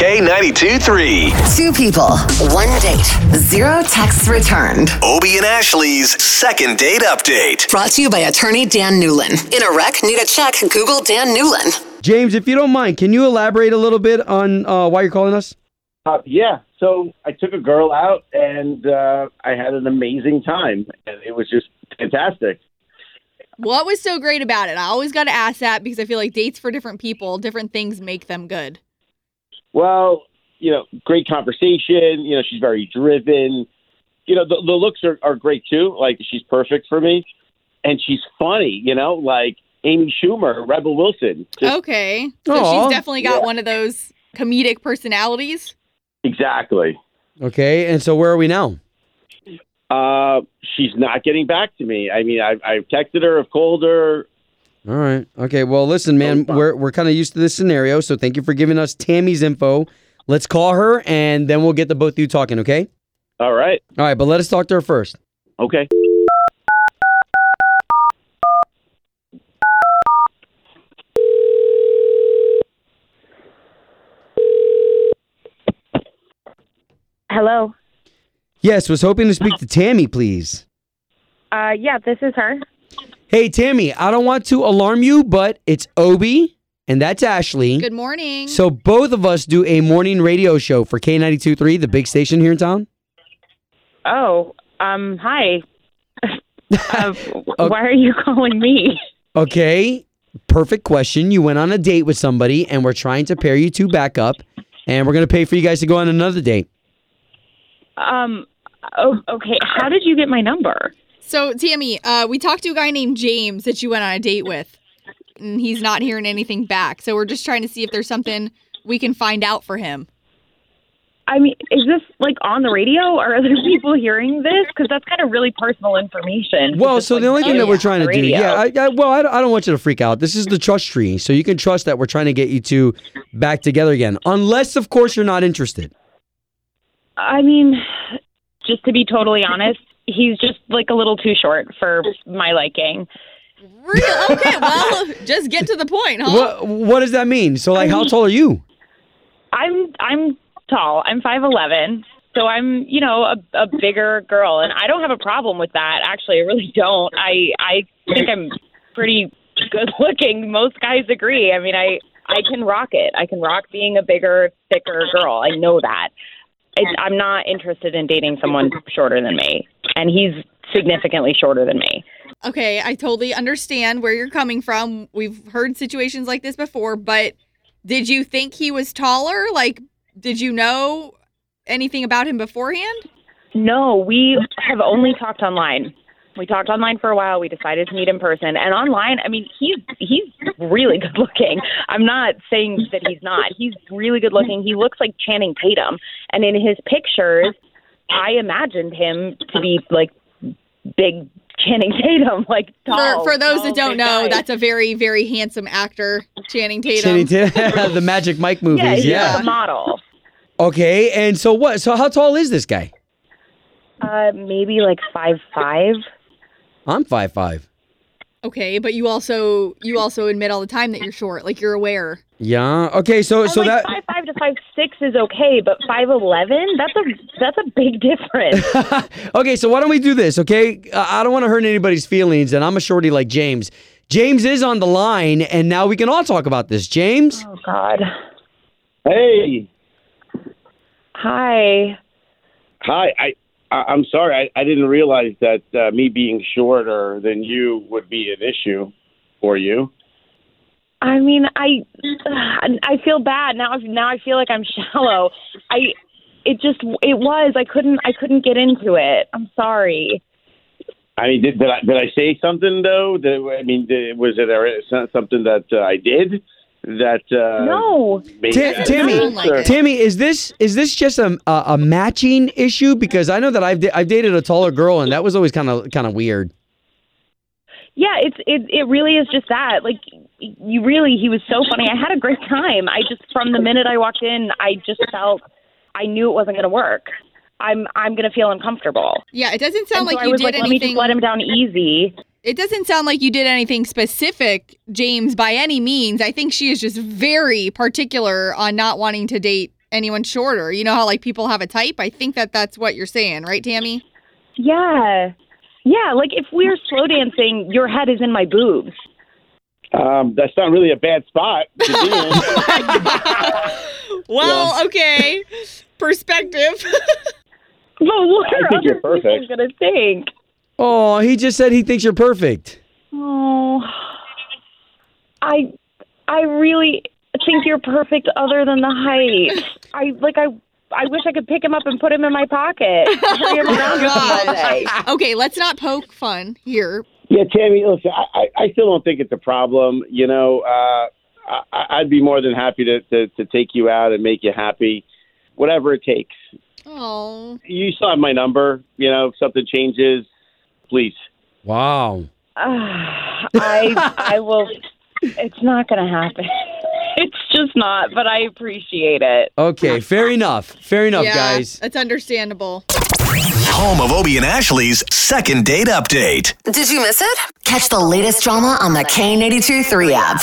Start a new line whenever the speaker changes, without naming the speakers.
K92 3.
Two people, one date, zero texts returned.
Obie and Ashley's second date update.
Brought to you by attorney Dan Newlin. In a wreck, need a check, Google Dan Newlin.
James, if you don't mind, can you elaborate a little bit on uh, why you're calling us?
Uh, yeah. So I took a girl out and uh, I had an amazing time. And it was just fantastic.
What was so great about it? I always got to ask that because I feel like dates for different people, different things make them good.
Well, you know, great conversation. You know, she's very driven. You know, the, the looks are, are great too. Like, she's perfect for me. And she's funny, you know, like Amy Schumer, Rebel Wilson. Just-
Okay. So
Aw.
she's definitely got
Yeah.
one of those comedic personalities.
Exactly.
Okay, and so where are we now?
Uh, she's not getting back to me. I mean, I've, I've texted her, I've called her.
All right. Okay. Well, listen, man, we're we're kind of used to this scenario, so thank you for giving us Tammy's info. Let's call her, and then we'll get the both of you talking. Okay.
All right.
All right, but let us talk to her first.
Okay.
Hello.
Yes, was hoping to speak to Tammy, please.
Uh, yeah, this is her.
Hey, Tammy, I don't want to alarm you, but it's Obi, and that's Ashley.
Good morning.
So both of us do a morning radio show for K92.3, the big station here in town.
Oh, um, hi. uh, why are you calling me?
Okay, perfect question. You went on a date with somebody, and we're trying to pair you two back up, and we're going to pay for you guys to go on another date.
Um, oh, okay. How did you get my number?
So, Tammy, uh, we talked to a guy named James that you went on a date with, and he's not hearing anything back. So, we're just trying to see if there's something we can find out for him.
I mean, is this like on the radio? Are other people hearing this? Because that's kind of really personal information.
Well,
Just,
so
like,
the only thing
oh,
that we're
yeah,
trying
on
to
the
do,
radio.
yeah, I, I, well, I don't, I don't want you to freak out. This is the trust tree, so you can trust that we're trying to get you two back together again, unless, of course, you're not interested.
I mean, just to be totally honest, he's just like a little too short for my liking.
Real? Okay, well, just get to the point, huh?
What What does that mean? So, like, how tall are you?
I'm I'm tall. I'm five eleven, so I'm you know a, a bigger girl, and I don't have a problem with that. Actually, I really don't. I I think I'm pretty good looking. Most guys agree. I mean, I I can rock it. I can rock being a bigger, thicker girl. I know that. It, I'm not interested in dating someone shorter than me, and he's significantly shorter than me.
Okay, I totally understand where you're coming from. We've heard situations like this before, but did you think he was taller? Like, did you know anything about him beforehand?
No, we have only talked online. We talked online for a while. We decided to meet in person, and online, I mean, he's he's really good looking. I'm not saying that he's not. He's really good looking. He looks like Channing Tatum, and in his pictures, I imagined him to be like big Channing Tatum, like tall.
for, for those that don't
tall, big
know,
guy.
that's a very, very handsome actor, Channing
Channing
Tatum.
Tatum, the Magic Mike
yeah,
movies.
he's
Yeah.
a model.
Okay, and so what? So how tall is this guy?
Uh, maybe like five five.
I'm five five.
Okay, but you also you also admit all the time that you're short. Like you're aware.
Yeah. Okay. So Oh, so
so like
that
five five to five six is okay, but five eleven that's a that's a big difference.
okay, so why don't we do this? Okay, uh, I don't want to hurt anybody's feelings, and I'm a shorty like James. James is on the line, and now we can all talk about this. James,
oh God.
Hey.
Hi.
Hi. I, I, I'm sorry. I, I didn't realize that uh, me being shorter than you would be an issue for you.
I mean, I I feel bad now. I- Now I feel like I'm shallow. I it just it was I couldn't I couldn't get into it. I'm sorry.
I mean, did, did I did I say something though? Did, I mean, did, was it a- something that uh, I did? that
Oh.
uh,
no.
made
Ti-
that
Timmy,
sound like
answer.
it.
Timmy, is this is this just a, a a matching issue? Because I know that I've da- I've dated a taller girl, and that was always kind of kind of weird.
Yeah, it's it it really is just that. Like you really he was so funny. I had a great time. I just from the minute I walked in, I just felt I knew it wasn't going to work. I'm I'm going to feel uncomfortable.
Yeah, it doesn't sound
And so
like
I
you
was
did
like, let me
anything.
just let him down easy.
it doesn't sound like you did anything specific, James, by any means. I think she is just very particular on not wanting to date anyone shorter. You know how like people have a type? I think that that's what you're saying, right, Tammy?
Yeah. Yeah, like if we're slow dancing, your head is in my boobs.
Um, that's not really a bad spot to be in.
Well, okay. Perspective.
But what
I
are
think you're
other people
perfect.
going to think?
Oh, he just said he thinks you're perfect.
Oh, I, I really think you're perfect. Other than the height, I like I. I wish I could pick him up and put him in my pocket. Carry him around with me all day.
okay, let's not poke fun here.
yeah, Tammy, listen, I, I, I still don't think it's a problem. You know, uh, I, I'd be more than happy to, to, to take you out and make you happy, whatever it takes.
Oh.
You still have my number. You know, if something changes, please.
Wow.
Ah, I I will. It's not going to happen. It's just not. But I appreciate it.
Okay, fair enough. Fair enough,
yeah,
guys.
That's understandable.
Home of Obie and Ashley's second date update.
Did you miss it? Catch the latest drama on the K82 3 app.